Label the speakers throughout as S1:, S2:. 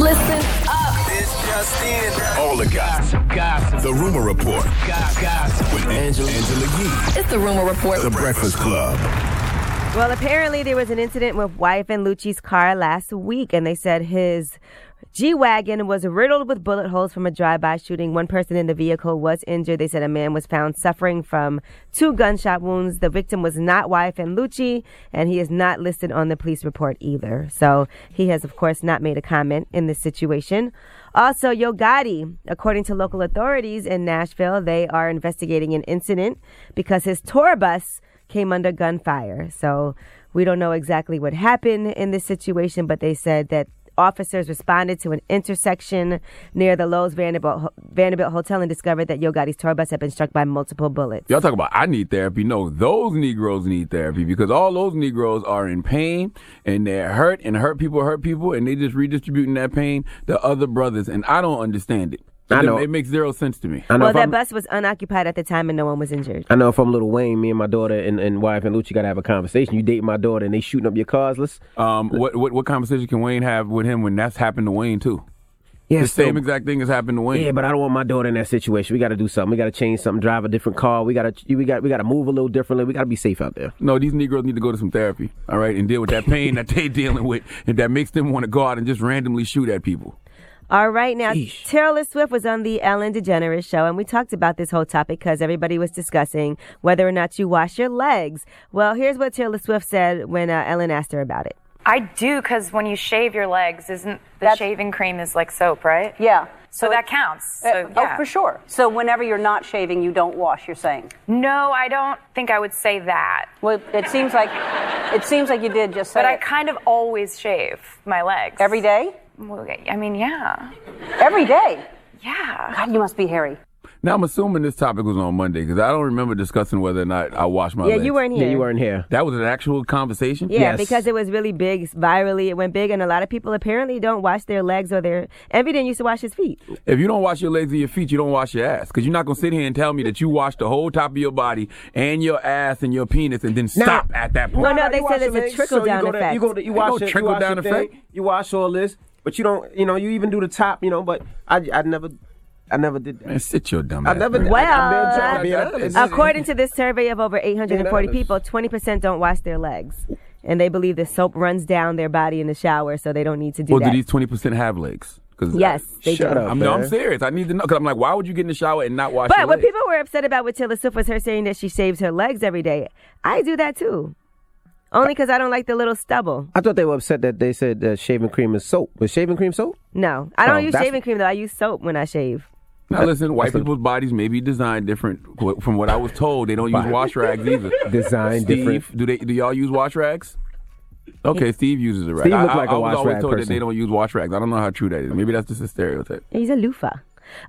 S1: Listen up.
S2: It's just in. All the gossip. gossip. The Rumor Report. Gossip. With Angela, Angela Yee.
S1: It's the rumor report.
S2: The Breakfast Club.
S3: Well, apparently there was an incident with wife and Lucci's car last week, and they said his G Wagon was riddled with bullet holes from a drive by shooting. One person in the vehicle was injured. They said a man was found suffering from two gunshot wounds. The victim was not wife and Lucci, and he is not listed on the police report either. So he has, of course, not made a comment in this situation. Also, Yo Gotti, according to local authorities in Nashville, they are investigating an incident because his tour bus came under gunfire. So we don't know exactly what happened in this situation, but they said that officers responded to an intersection near the Lowe's Vanderbilt, Vanderbilt Hotel and discovered that Yogati's tour bus had been struck by multiple bullets.
S4: Y'all talk about I need therapy. No, those Negroes need therapy because all those Negroes are in pain and they're hurt and hurt people hurt people and they just redistributing that pain to other brothers and I don't understand it.
S5: I
S4: It-
S5: know.
S4: it makes zero sense to me.
S5: I know
S3: Well,
S5: if
S3: that
S5: I'm, Uh,
S3: bus was unoccupied at the time and no one was injured.
S5: I know if I'm Little Wayne, me and my daughter and, and wife and Lucci gotta have a conversation. You date my daughter and they shooting up your cars. Let's
S4: Um, what, what what conversation can Wayne have with him when that's happened to Wayne too?
S5: yeah,
S4: the same exact thing has happened to Wayne.
S5: Yeah, but I don't want my daughter in that situation. We gotta do something. We gotta change something. Drive a different car. We gotta we got we gotta move a little differently. We gotta be safe out there.
S4: No, these Negroes need to go to some therapy, all right, and deal with that pain that they're dealing with, and that makes them want to go out and just randomly shoot at people.
S3: All right, now
S5: Sheesh.
S3: Taylor Swift was on the Ellen DeGeneres show, and we talked about this whole topic because everybody was discussing whether or not you wash your legs. Well, here's what Taylor Swift said when uh, Ellen asked her about it.
S6: I do because when you shave your legs, isn't the shaving cream is like soap, right?
S7: Yeah.
S6: So that
S7: it-
S6: counts.
S7: uh,
S6: So, yeah.
S7: Oh, for sure. So whenever you're not shaving, you don't wash. You're saying.
S6: No, I don't think I would say that.
S7: Well, it seems like it seems like you did just say.
S6: But I
S7: it.
S6: kind of always shave my legs.
S7: every day.
S6: Well, I mean, yeah.
S7: Every day.
S6: Yeah.
S7: God, you must be hairy.
S4: Now, I'm assuming this topic was on Monday because I don't remember discussing whether or not I washed my
S3: yeah,
S4: legs.
S3: you weren't here.
S5: Yeah, you weren't here.
S4: That was an actual conversation.
S3: Yeah,
S5: Yes.
S3: because it was really big, virally. It went big, and a lot of people apparently don't wash their legs or their. Envy didn't used to wash his feet.
S4: If you don't wash your legs and your feet, you don't wash your ass because you're not gonna sit here and tell me that you wash the whole top of your body and your ass and your penis and then stop at that point.
S3: No, no, they
S5: you
S3: said
S5: wash
S3: it's
S5: your
S3: a
S5: legs,
S3: trickle
S5: so you
S3: down
S5: go to-
S3: effect.
S5: You go to, you
S4: Ain't no
S5: wash your- you
S4: trickle
S5: wash
S4: down
S5: your thing,
S4: effect.
S5: You wash all this, but you don't. You know, you even do the top. You know, but I I never I never did that.
S4: Man, sit your dumb
S5: I
S4: ass.
S5: never.
S4: man.
S3: Well,
S5: I, I, I,
S3: According to this survey of over 840
S5: Yeah, that is-
S3: people, 20% don't wash their legs. And they believe the soap runs down their body in the shower, so they don't need to do
S4: Well,
S3: that.
S4: do these 20% have legs? 'Cause-
S3: yes, they
S5: Oh, Shut
S3: do.
S5: up.
S4: I'm, no, I'm
S5: man.
S4: serious. I need to know because I'm like, why would you get in the shower and not wash
S3: But
S4: your
S3: what
S4: legs?
S3: people were upset about with Taylor Swift was her saying that she shaves her legs every day. I do that too. Only because I don't like the little stubble.
S5: I thought they were upset that they said that shaving cream is soap. Was shaving cream soap?
S3: No, I don't
S5: Oh,
S3: use
S5: that's-
S3: shaving cream though. I use soap when I shave.
S4: Now listen, white people's bodies may be designed different. Wh- From what I was told, they don't use wash rags either.
S5: Designed
S4: Steve,
S5: different.
S4: Do they? Do y'all use wash rags? Okay, Steve uses it right.
S5: Steve
S4: I,
S5: look
S4: I-
S5: like
S4: I
S5: a
S4: was
S5: wash
S4: always
S5: rag
S4: told that
S5: person.
S4: they don't use wash rags. I don't know how true that is. Maybe that's just a stereotype.
S3: He's a loofah.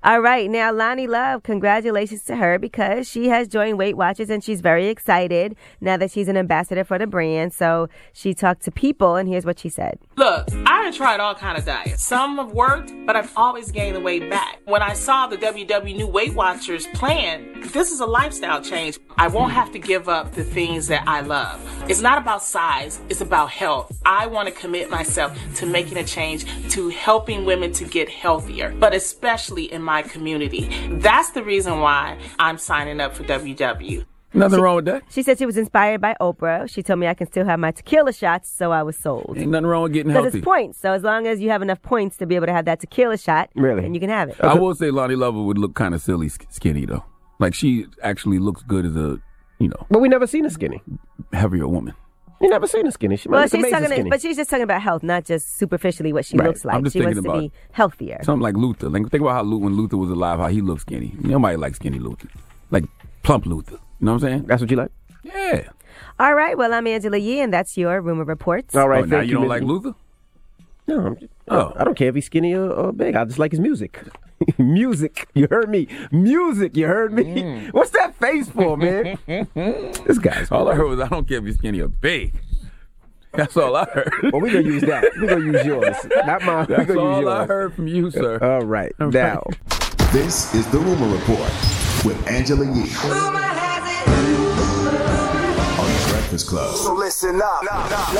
S3: All right, now Lonnie Love, congratulations to her because she has joined Weight Watchers and she's very excited now that she's an ambassador for the brand. So she talked to people and here's what she said.
S8: Look, I have tried all kind of diets. Some have worked, but I've always gained the weight back. When I saw the WW New Weight Watchers plan, this is a lifestyle change. I won't have to give up the things that I love. It's not about size, it's about health. I want to commit myself to making a change to helping women to get healthier, but especially in my community. That's the reason why I'm signing up for E. WW.
S4: Nothing wrong with that.
S3: She said she was inspired by Oprah. She told me I can still have my tequila shots, so I was sold.
S4: Ain't nothing wrong with getting
S3: Because it's
S4: healthy.
S3: points. So as long as you have enough points to be able to have that tequila shot,
S5: Really?
S3: then you can have it.
S4: I will say Lonnie Lover would look kind of silly sk- skinny though. Like she actually looks good as a you know
S5: But we never seen her skinny.
S4: heavier woman.
S5: You never seen her skinny. She might
S3: well,
S5: look
S3: she's
S5: amazing
S3: talking,
S5: skinny.
S3: but she's just talking about health, not just superficially what she
S4: Right.
S3: looks like.
S4: I'm just
S3: she wants
S4: thinking
S3: to
S4: about
S3: be
S4: it.
S3: healthier.
S4: Something like Luther. Like think about how Lu- when Luther was alive, how he looked skinny. Nobody likes skinny Luther. Like plump Luther. You know what I'm saying?
S5: That's what you like.
S4: Yeah.
S3: All right, well, I'm Angela Yee, and that's your rumor reports.
S5: All right,
S4: Oh, now
S5: thank
S4: you don't
S5: Miss-
S4: like Luther?
S5: No, I'm just,
S4: Oh.
S5: I don't care if he's skinny or, or big. I just like his music. music, you heard me. Music, you heard me.
S4: Mm.
S5: What's that face for, man? this guy's
S4: All I heard was I don't care if you're skinny or big. That's all I heard.
S5: Well, we gonna use that. We gonna use yours, not mine. We
S4: That's
S5: gonna use
S4: all I
S5: yours.
S4: heard from you, sir.
S5: All right,
S4: All right.
S5: now
S2: This is the Rumor Report with Angela Yee. On the Breakfast Breakfast Club.
S1: So listen up.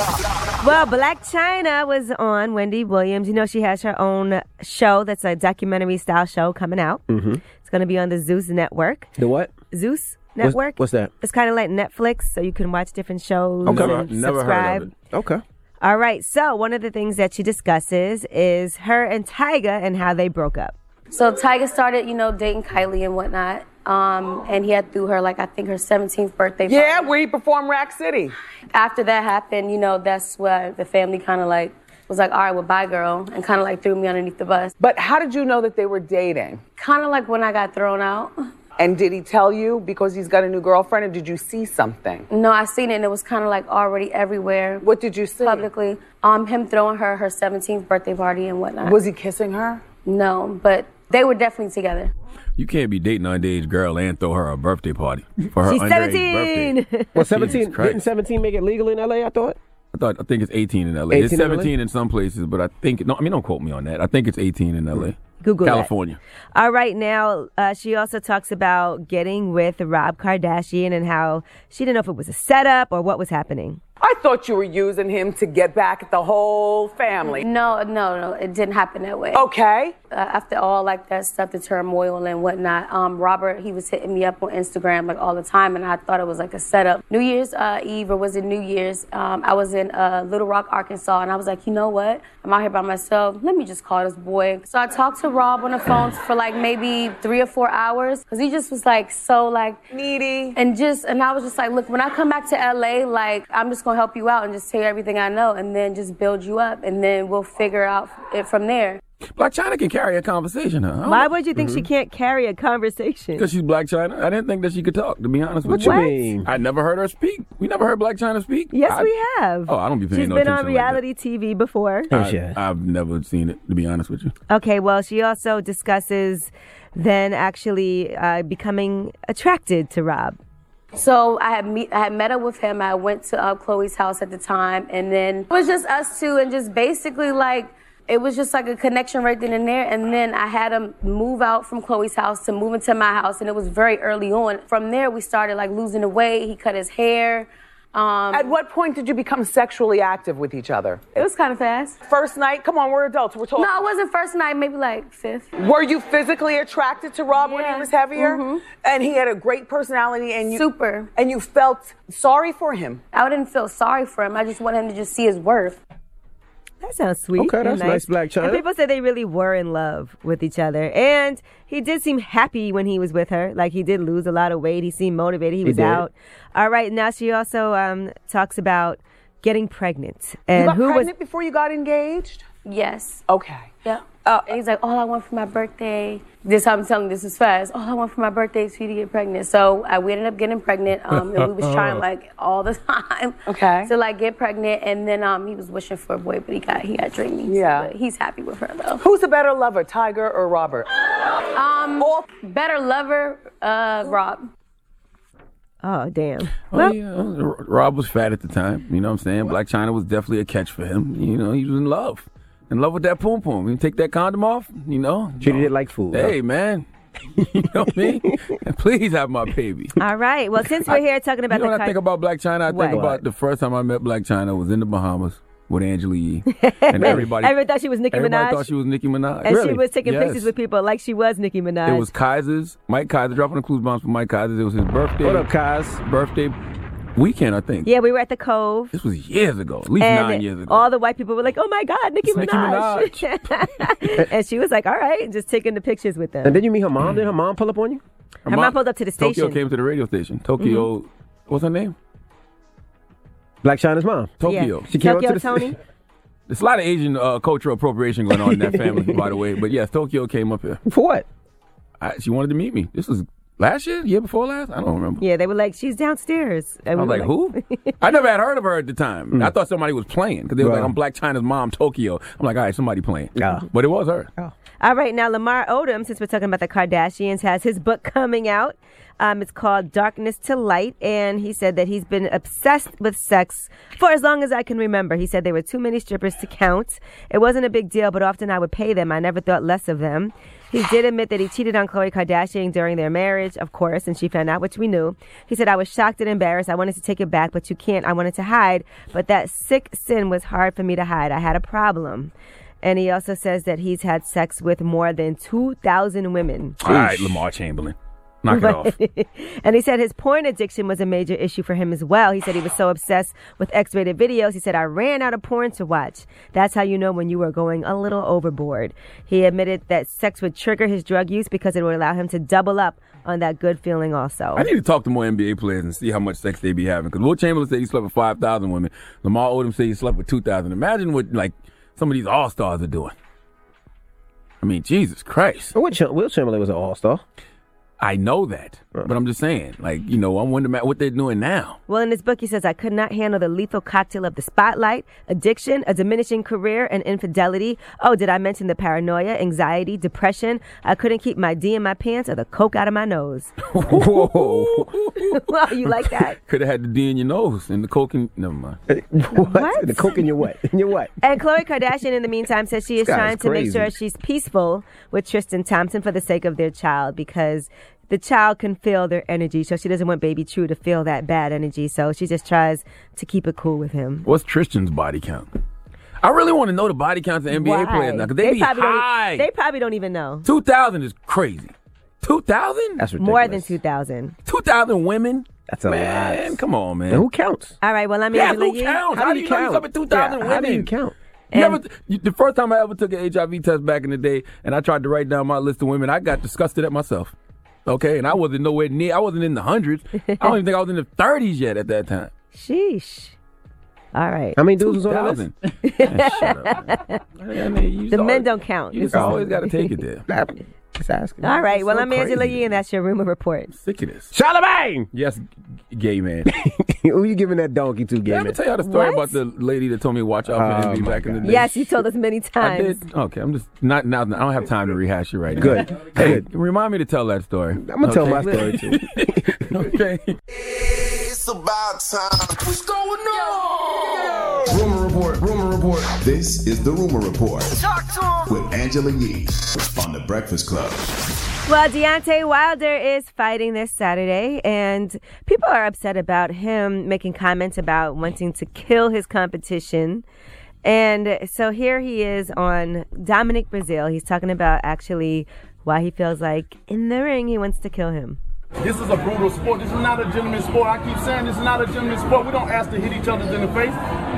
S3: Well, Black China was on Wendy Williams. You know, she has her own show that's a documentary style show coming out. Mm-hmm. It's going to be on the Zeus Network.
S5: The what?
S3: Zeus
S5: What's-
S3: Network?
S5: what's that?
S3: It's kind of like Netflix, so you can watch different shows.
S5: Okay.
S3: and
S4: Never
S3: subscribe.
S4: heard of it.
S5: Okay.
S3: All right. So, one of the things that she discusses is her and Tyga and how they broke up.
S9: So Tyga started, you know, dating Kylie and whatnot. Um, and he had threw her like I think her 17th birthday.
S8: Yeah,
S9: party.
S8: where he performed Rack City.
S9: After that happened, you know, that's where the family kind of like was like, all right, well, bye, girl, and kind of like threw me underneath the bus.
S8: But how did you know that they were dating?
S9: Kind of like when I got thrown out.
S8: And did he tell you because he's got a new girlfriend, or did you see something?
S9: No, I seen it, and it was kind of like already everywhere.
S8: What did you see?
S9: Publicly, um, him throwing her her 17th birthday party and whatnot.
S8: Was he kissing her?
S9: No, but they were definitely together.
S4: You can't be dating an underage girl and throw her a birthday party for her
S3: She's
S4: underage
S3: 17.
S4: birthday.
S5: Well, 17,
S4: Christ.
S5: didn't 17 make it legal in LA, I thought?
S4: I thought I think it's 18 in LA.
S5: 18
S4: it's
S5: in LA?
S4: 17 in some places, but I think no. I mean, don't quote me on that. I think it's 18 in LA.
S3: Mm. Google that.
S4: California.
S3: All right, now uh, she also talks about getting with Rob Kardashian and how she didn't know if it was a setup or what was happening.
S8: I thought you were using him to get back at the whole family.
S9: No, no, no, it didn't happen that way.
S8: Okay.
S9: uh, after all like that stuff, the turmoil and whatnot, um, Robert he was hitting me up on Instagram like all the time, and I thought it was like a setup. New Year's uh, Eve or was it New Year's? Um, I was in uh, Little Rock, Arkansas, and I was like, you know what? I'm out here by myself. Let me just call this boy. So I talked to Rob on the phone for like maybe three or four hours because he just was like so like
S8: Needy.
S9: and just and I was just like, look, when I come back to LA, like I'm just gonna help you out and just tell you everything I know, and then just build you up, and then we'll figure out it from there.
S4: Black China can carry a conversation.
S5: Oh.
S4: Huh?
S3: Why would you think
S5: Mm-hmm.
S3: she can't carry a conversation?
S4: Because she's Black China. I didn't think that she could talk. To be honest with
S5: What you
S4: you,
S5: mean?
S4: I never heard her speak. We never heard Black China speak.
S3: Yes,
S4: I-
S3: we have.
S4: Oh, I don't be paying
S3: She's
S4: no
S3: been on
S4: attention like that.
S3: reality TV before.
S5: Oh,
S4: I, I've never seen it. To be honest with you,
S3: Okay, well, she also discusses then actually uh, becoming attracted to Rob.
S9: So I had meet, I had met up with him. I went to uh, Chloe's house at the time, and then it was just us two, and just basically like it was just like a connection right then and there. And then I had him move out from Chloe's house to move into my house, and it was very early on. From there, we started like losing the weight. He cut his hair. Um,
S8: At what point did you become sexually active with each other?
S9: it was kind of fast.
S8: First night? Come on, we're adults. We're talking.
S9: No, it wasn't first night. Maybe like fifth.
S8: Were you physically attracted to Rob when he
S9: Yeah.
S8: was heavier?
S9: Mhm.
S8: And he had a great personality and you
S9: Super.
S8: and you felt sorry for him.
S9: I didn't feel sorry for him. I just wanted him to just see his worth.
S3: That sounds sweet.
S5: Okay,
S3: and
S5: that's nice, Black China.
S3: And people said they really were in love with each other. And he did seem happy when he was with her. Like he did lose a lot of weight. He seemed motivated. He was
S5: did.
S3: out. All right, now she also um, talks about getting pregnant and
S8: you got
S3: who
S8: pregnant
S3: was
S8: before you got engaged?
S9: Yes.
S8: Okay.
S9: Yeah.
S8: Uh,
S9: and he's like, all I want for my birthday. This I'm telling you, this is fast. All I want for my birthday is for you to get pregnant. So I we ended up getting pregnant, um, and we was trying like all the time.
S8: Okay.
S9: To like get pregnant, and then um, he was wishing for a boy, but he got he got dreamy.
S8: Yeah.
S9: But he's happy with her though.
S8: Who's a better lover, Tiger or Robert?
S9: Um,
S8: All-
S9: better lover, uh, Rob.
S3: Oh damn.
S4: well, yeah, R- Rob was fat at the time. You know what I'm saying? Black China was definitely a catch for him. You know, he was in love, in love with that poom poom. You take that condom off. You know,
S5: Treated it like food.
S4: Hey, man. you know what I mean? Please have my baby.
S3: All right. Well, since we're here talking about
S4: you know
S3: the
S4: what I
S3: car-
S4: think about Black China? I
S3: What?
S4: think about the first time I met Black China was in the Bahamas with Angela Yee. And everybody,
S3: Everyone thought she was Nicki
S4: everybody
S3: Minaj.
S4: thought she was Nicki Minaj.
S3: and she was taking
S4: Yes.
S3: pictures with people like she was Nicki Minaj.
S4: It was Kaiser's, Mike Kaiser, dropping the clues bombs for Mike Kaiser's. It was his birthday.
S5: What up, Kaz?
S4: Birthday weekend, I think.
S3: yeah, we were at the Cove.
S4: This was years ago, at least
S3: and
S4: nine years ago.
S3: all the white people were like, "Oh my God, Nicki
S4: It's Nicki
S3: Minaj!" and she was like, "All right," and just taking the pictures with them.
S5: And then you meet her mom? Did her mom pull up on you?
S4: Her
S3: mom pulled up to the
S4: Tokyo
S3: station. Mm-hmm.
S4: came to the radio station. Tokyo, what's her name?
S5: Black China's mom.
S4: Tokyo.
S5: She came up
S3: Tokyo
S5: to the-
S3: Tony.
S4: There's a lot of Asian uh, cultural appropriation going on in that family, by the way. But yes, Tokyo came up here.
S5: For what?
S4: I, she wanted to meet me. This was last year, year before last. I don't remember.
S3: Yeah, they were like, "She's downstairs." And
S4: I was
S3: we Mm.
S4: like, who? I never had heard of her at the time. I thought somebody was playing because they were
S5: Right.
S4: like, I'm Black China's mom, Tokyo. I'm like, all right, somebody playing.
S5: Yeah.
S4: But it was her.
S3: All right, now Lamar Odom, since we're talking about the Kardashians, has his book coming out. Um, it's called Darkness to Light, and he said that he's been obsessed with sex for as long as I can remember. He said there were too many strippers to count. It wasn't a big deal, but often I would pay them. I never thought less of them. He did admit that he cheated on Khloe Kardashian during their marriage, of course, and she found out, which we knew. He said, I was shocked and embarrassed. I wanted to take it back, but you can't. I wanted to hide, but that sick sin was hard for me to hide. I had a problem. And he also says that he's had sex with more than 2,000 women.
S4: All right, Lamar Chamberlain. Knock it off.
S3: and he said his porn addiction was a major issue for him as well. He said he was so obsessed with X rated videos. He said, I ran out of porn to watch. That's how you know when you were going a little overboard. He admitted that sex would trigger his drug use because it would allow him to double up on that good feeling also.
S4: I need to talk to more NBA players and see how much sex they be having. Because Will Chamberlain said he slept with 5,000 women. Lamar Odom said he slept with 2,000. Imagine what, like, some of these all-stars are doing. I mean, Jesus Christ.
S5: Will Cham- Will Chamberlain was an all star.
S4: I know that. But I'm just saying, like, you know, I wonder ma- what they're doing now.
S3: Well, in his book, he says, I could not handle the lethal cocktail of the spotlight, addiction, a diminishing career, and infidelity. Oh, did I mention the paranoia, anxiety, depression? I couldn't keep my D in my pants or the coke out of my nose.
S4: Whoa.
S3: well, you like that?
S4: Could have had the D in your nose and the coke in. Never mind.
S5: What?
S3: What?
S5: The coke in your what? In your what?
S3: And Khloe Kardashian, in the meantime, says she is
S5: This guy
S3: trying
S5: is
S3: to make
S5: crazy.
S3: sure she's peaceful with Tristan Thompson for the sake of their child because the child can feel their energy. So she doesn't want baby True to feel that bad energy. So she just tries to keep it cool with him.
S4: What's Tristan's body count? I really want to know the body counts of NBA
S3: Why?
S4: players now because they, be
S3: probably don't e-
S4: high.
S3: they probably don't even know.
S4: 2,000 is crazy. 2,000?
S5: That's ridiculous.
S3: More than 2,000.
S4: 2,000 women?
S5: That's a
S4: Man,
S5: lot.
S4: come on, man.
S5: And who counts?
S3: All right, well, I'm
S4: yeah,
S3: Angela
S4: who
S3: Yee.
S4: counts? How, do you, know you
S5: count?
S4: slept with 2,000
S5: Yeah,
S4: women?
S5: How do you count?
S4: You
S3: And-
S4: ever- you- the first time I ever took an HIV test back in the day, and I tried to write down my list of women, I got disgusted at myself. Okay, and I wasn't nowhere near. I wasn't in the hundreds. I don't even think I was in the thirties yet at that time.
S3: Sheesh. All right.
S5: How many dudes was on that list?
S4: Thousand. Man, shut up. Man. I mean, you just
S3: The men
S4: always-
S3: don't count.
S4: You just
S3: It's-
S4: always got to take it there.
S5: Just asking.
S3: All right, well,
S5: So
S3: I'm Angela
S5: crazy.
S3: Yee, and that's your rumor report.
S4: Sick of this.
S5: Charlemagne!
S4: Yes, g- gay man.
S5: Who you giving that donkey to,
S4: Let
S5: Gamer?
S4: me tell y'all the story
S3: What?
S4: about the lady that told me to watch out for
S5: Oh,
S4: envy
S5: my
S4: back in the day.
S3: Yes, you told us many
S4: I
S3: times.
S4: did. Okay, I'm just not now. I don't have time to rehash it right now.
S5: Good.
S4: Hey,
S5: Good.
S4: remind me to tell that story. I'm
S5: I'm going to tell my story, too.
S4: okay.
S1: It's about time. What's going on? Rumor report. Rumor report. This is the rumor report
S10: Talk to him.
S1: with Angela Yee on the Breakfast Club.
S3: Well, Deontay Wilder is fighting this Saturday, and people are upset about him making comments about wanting to kill his competition. And so here he is on Dominic Brazil. He's talking about actually why he feels like in the ring he wants to kill him.
S11: This is a brutal sport. This is not a gentleman's sport. I keep saying this is not a gentleman's sport. We don't ask to hit each other in the face,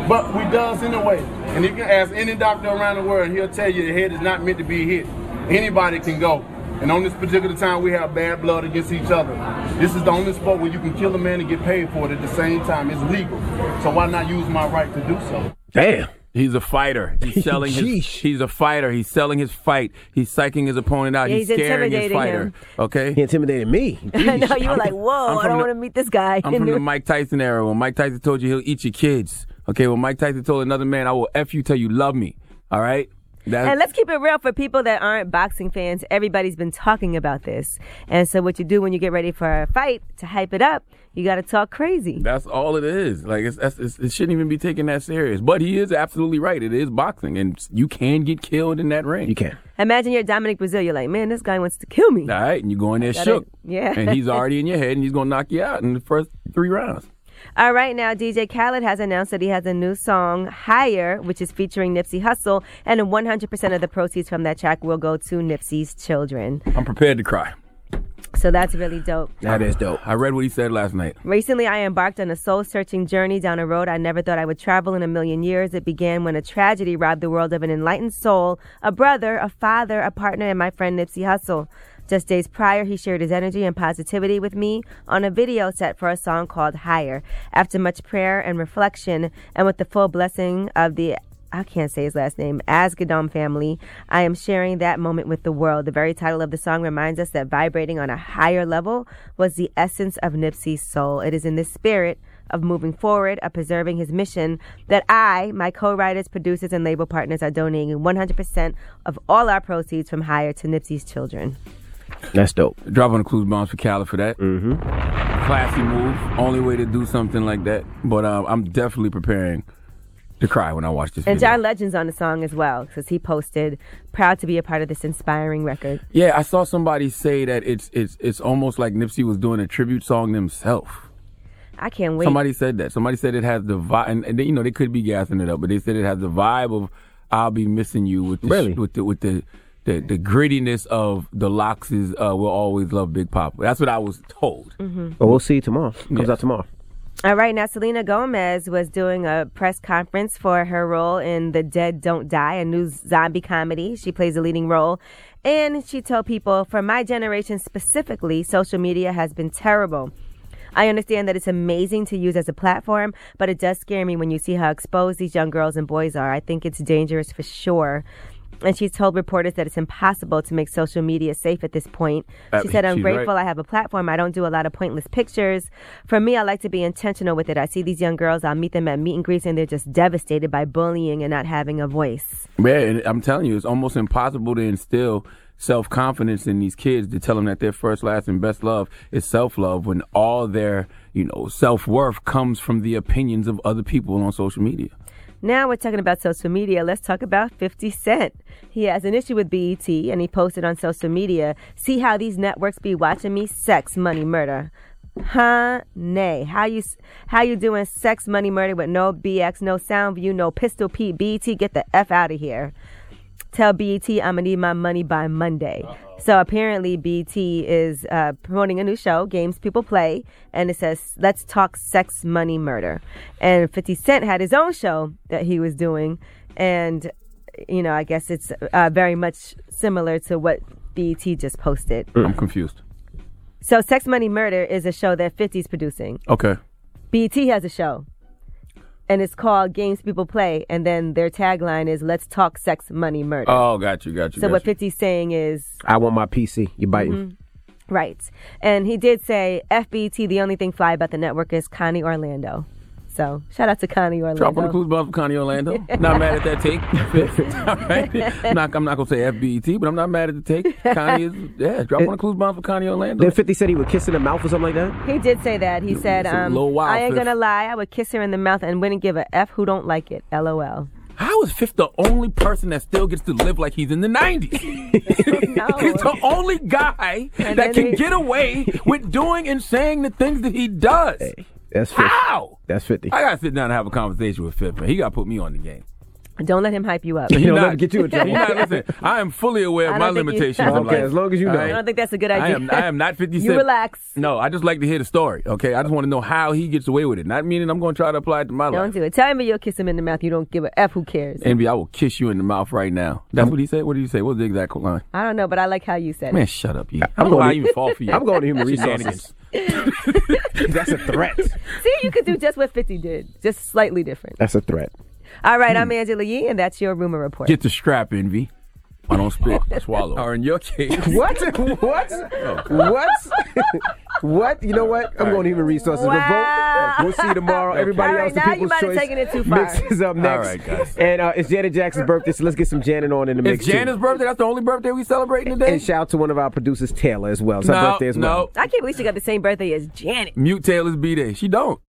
S11: but we does anyway. And if you ask any doctor around the world, he'll tell you the head is not meant to be hit. Anybody can go. And on this particular time, we have bad blood against each other. This is the only sport where you can kill a man and get paid for it at the same time. It's legal. So why not use my right to do so?
S5: Damn.
S4: He's a fighter. He's selling his.
S5: Sheesh.
S4: He's a fighter. He's selling his fight. He's psyching his opponent out.
S3: Yeah,
S4: he's,
S3: he's
S4: scaring his
S3: intimidating
S4: fighter.
S3: him.
S5: He
S4: Okay.
S5: intimidated me.
S3: I know you were like, "Whoa,
S4: I'm
S3: I
S4: from
S3: don't
S4: the-
S3: want to meet this guy."
S4: I'm
S3: in
S4: from
S3: the
S4: the Mike Tyson era. When Mike Tyson told you he'll eat your kids. Okay. When Mike Tyson told another man, "I will f you till you love me." All right. That's,
S3: And let's keep it real for people that aren't boxing fans. Everybody's been talking about this. And so, what you do when you get ready for a fight to hype it up, you got to talk crazy.
S4: That's all it is. Like it's, that's, it's, it shouldn't even be taken that serious. But he is absolutely right. It is boxing, and you can get killed in that ring.
S5: You can.
S3: Imagine you're Dominic Brazil. You're like, man, this guy wants to kill me.
S4: All right, and you go in there
S3: Gotta-
S4: shook.
S3: yeah.
S4: And he's already in your head, and he's gonna knock you out in the first three rounds.
S3: All right, now DJ Khaled has announced that he has a new song, Higher, which is featuring Nipsey Hussle, and 100% of the proceeds from that track will go to Nipsey's children.
S4: I'm prepared to cry.
S3: So that's really dope.
S5: That is dope.
S4: I read what he said last night.
S3: Recently, I embarked on a soul searching journey down a road I never thought I would travel in a million years. It began when a tragedy robbed the world of an enlightened soul, a brother, a father, a partner, and my friend Nipsey Hussle. Just days prior, he shared his energy and positivity with me on a video set for a song called Higher. After much prayer and reflection, and with the full blessing of the I can't say his last name, Asgadom family. I am sharing that moment with the world. The very title of the song reminds us that vibrating on a higher level was the essence of Nipsey's soul. It is in this spirit of moving forward, of preserving his mission, that I, my co writers, producers, and label partners are donating 100% of all our proceeds from Higher to Nipsey's children.
S5: That's dope.
S4: Drop on the clues bombs for Cali for that. Mm-hmm. Classy move. Only way to do something like that. But um, I'm definitely preparing to cry when I watch this.
S3: And
S4: video.
S3: John Legend's on the song as well because he posted, proud to be a part of this inspiring record.
S4: Yeah, I saw somebody say that it's it's it's almost like Nipsey was doing a tribute song himself.
S3: I can't wait.
S4: Somebody said that. Somebody said it has the vibe, and, and they, you know they could be gassing it up, but they said it has the vibe of "I'll be missing you" with the
S5: Really?
S4: sh- with the with the, the the grittiness of the Lox's uh, "We'll Always Love Big Pop." That's what I was told.
S3: Mhm.
S5: But we'll see you tomorrow. Comes out tomorrow.
S3: All right, now Selena Gomez was doing a press conference for her role in The Dead Don't Die, a new zombie comedy. She plays a leading role. And she told people, for my generation specifically, social media has been terrible. I understand that it's amazing to use as a platform, but it does scare me when you see how exposed these young girls and boys are. I think it's dangerous for sure. And she's told reporters that it's impossible to make social media safe at this point.
S10: Uh,
S3: She said, I'm
S10: she's right.
S3: grateful I have a platform. I don't do a lot of pointless pictures. For me, I like to be intentional with it. I see these young girls, I'll meet them at meet and greets, and they're just devastated by bullying and not having a voice.
S4: Yeah, and I'm telling you, it's almost impossible to instill self confidence in these kids to tell them that their first, last, and best love is self love when all their you know self worth comes from the opinions of other people on social media.
S3: Now we're talking about social media. Let's talk about 50 Cent. He has an issue with BET and he posted on social media See how these networks be watching me? Sex, money, murder. Huh? Nay. How you s- how you doing sex, money, murder with no BX, no sound view, no pistol Pete? BET, get the F out of here. Tell BET I'm gonna need my money by Monday. So apparently BET is uh, promoting a new show, Games People Play, and it says Let's Talk Sex, Money, Murder. And 50 Cent had his own show that he was doing, and you know I guess it's uh, very much similar to what BET just posted.
S4: I'm confused.
S3: So Sex, Money, Murder is a show that 50's producing.
S4: Okay.
S3: BET has a show, and it's called Games People Play, and then their tagline is Let's Talk Sex, Money, Murder.
S4: Oh, got you, got you.
S3: So
S4: got
S3: what
S4: you.
S3: 50's saying is
S5: I want my PC. You biting?
S3: Mhm. right, and he did say FBT. The only thing fly about the network is Connie Orlando. So shout out to Connie Orlando.
S4: Drop on the clues bomb for Connie Orlando. not mad at that take. All right. Not- I'm not gonna say FBET, but I'm not mad at the take. Connie is yeah. Drop on the clues bomb for Connie Orlando.
S5: Then 50 said he would kiss in the mouth or something like that?
S3: He did say that. He said,
S5: it's a
S3: um,
S5: little wild,
S3: "I ain't
S5: Fifth.
S3: gonna lie. I would kiss her in the mouth and wouldn't give a f who don't like it." LOL.
S4: How is Fifth the only person that still gets to live like he's in the 90s? He's the only guy
S3: And then
S4: that can
S3: he-
S4: get away with doing and saying the things that he does.
S5: that's 50.
S4: How?
S5: That's 50.
S4: I gotta sit down and have a conversation with Fifth, man. He gotta put me on the game.
S3: Don't let him hype you up.
S4: He not- he not- listen, I am fully aware
S3: I
S4: of my
S3: don't think he-
S4: limitations. in
S5: Okay,
S4: life,
S5: as long as you
S4: all
S5: know.
S4: right?
S3: I don't think that's a good idea.
S4: I am, I am not 50
S3: You
S4: Cent.
S3: relax.
S4: No, I just like to hear the story, okay? I just want to know how he gets away with it. Not meaning I'm going to try to apply it to my life.
S3: Don't do it. Tell him you'll kiss him in the mouth. You don't give a f who cares.
S4: Envy, I will kiss you in the mouth right now. That's what he said? What did he say? What was the exact line?
S3: I don't know, but I like how you said
S4: Man,
S3: it.
S4: shut up, you. I don't know how I even fall for you.
S5: I'm going to human
S4: Shenanigans.
S5: resources. That's a threat.
S3: See, you could do just what 50 did, just slightly different.
S5: That's a threat.
S3: All right, I'm Angela Yee, and that's your rumor report.
S4: Get the strap, Envy. I don't spit. I swallow. Or in your case.
S5: What?
S3: Oh,
S5: What? What? what? You know what? I'm going to human resources.
S3: Wow.
S5: Revolt. We'll see you tomorrow. Everybody
S3: All right,
S5: else, the
S3: now you
S5: people's
S3: might have
S5: choice.
S3: taken it too far.
S5: Mix is up
S4: All
S5: next.
S4: right, guys.
S5: And uh, it's Janet Jackson's birthday, so let's get some Janet on in the mix.
S4: It's
S5: too.
S4: Janet's birthday. That's the only birthday we celebrating today.
S5: And shout out to one of our producers, Taylor, as well. It's her
S4: No,
S5: birthday as
S4: no.
S5: well.
S3: I can't believe she got the same birthday as Janet.
S4: Mute Taylor's B Day. She don't.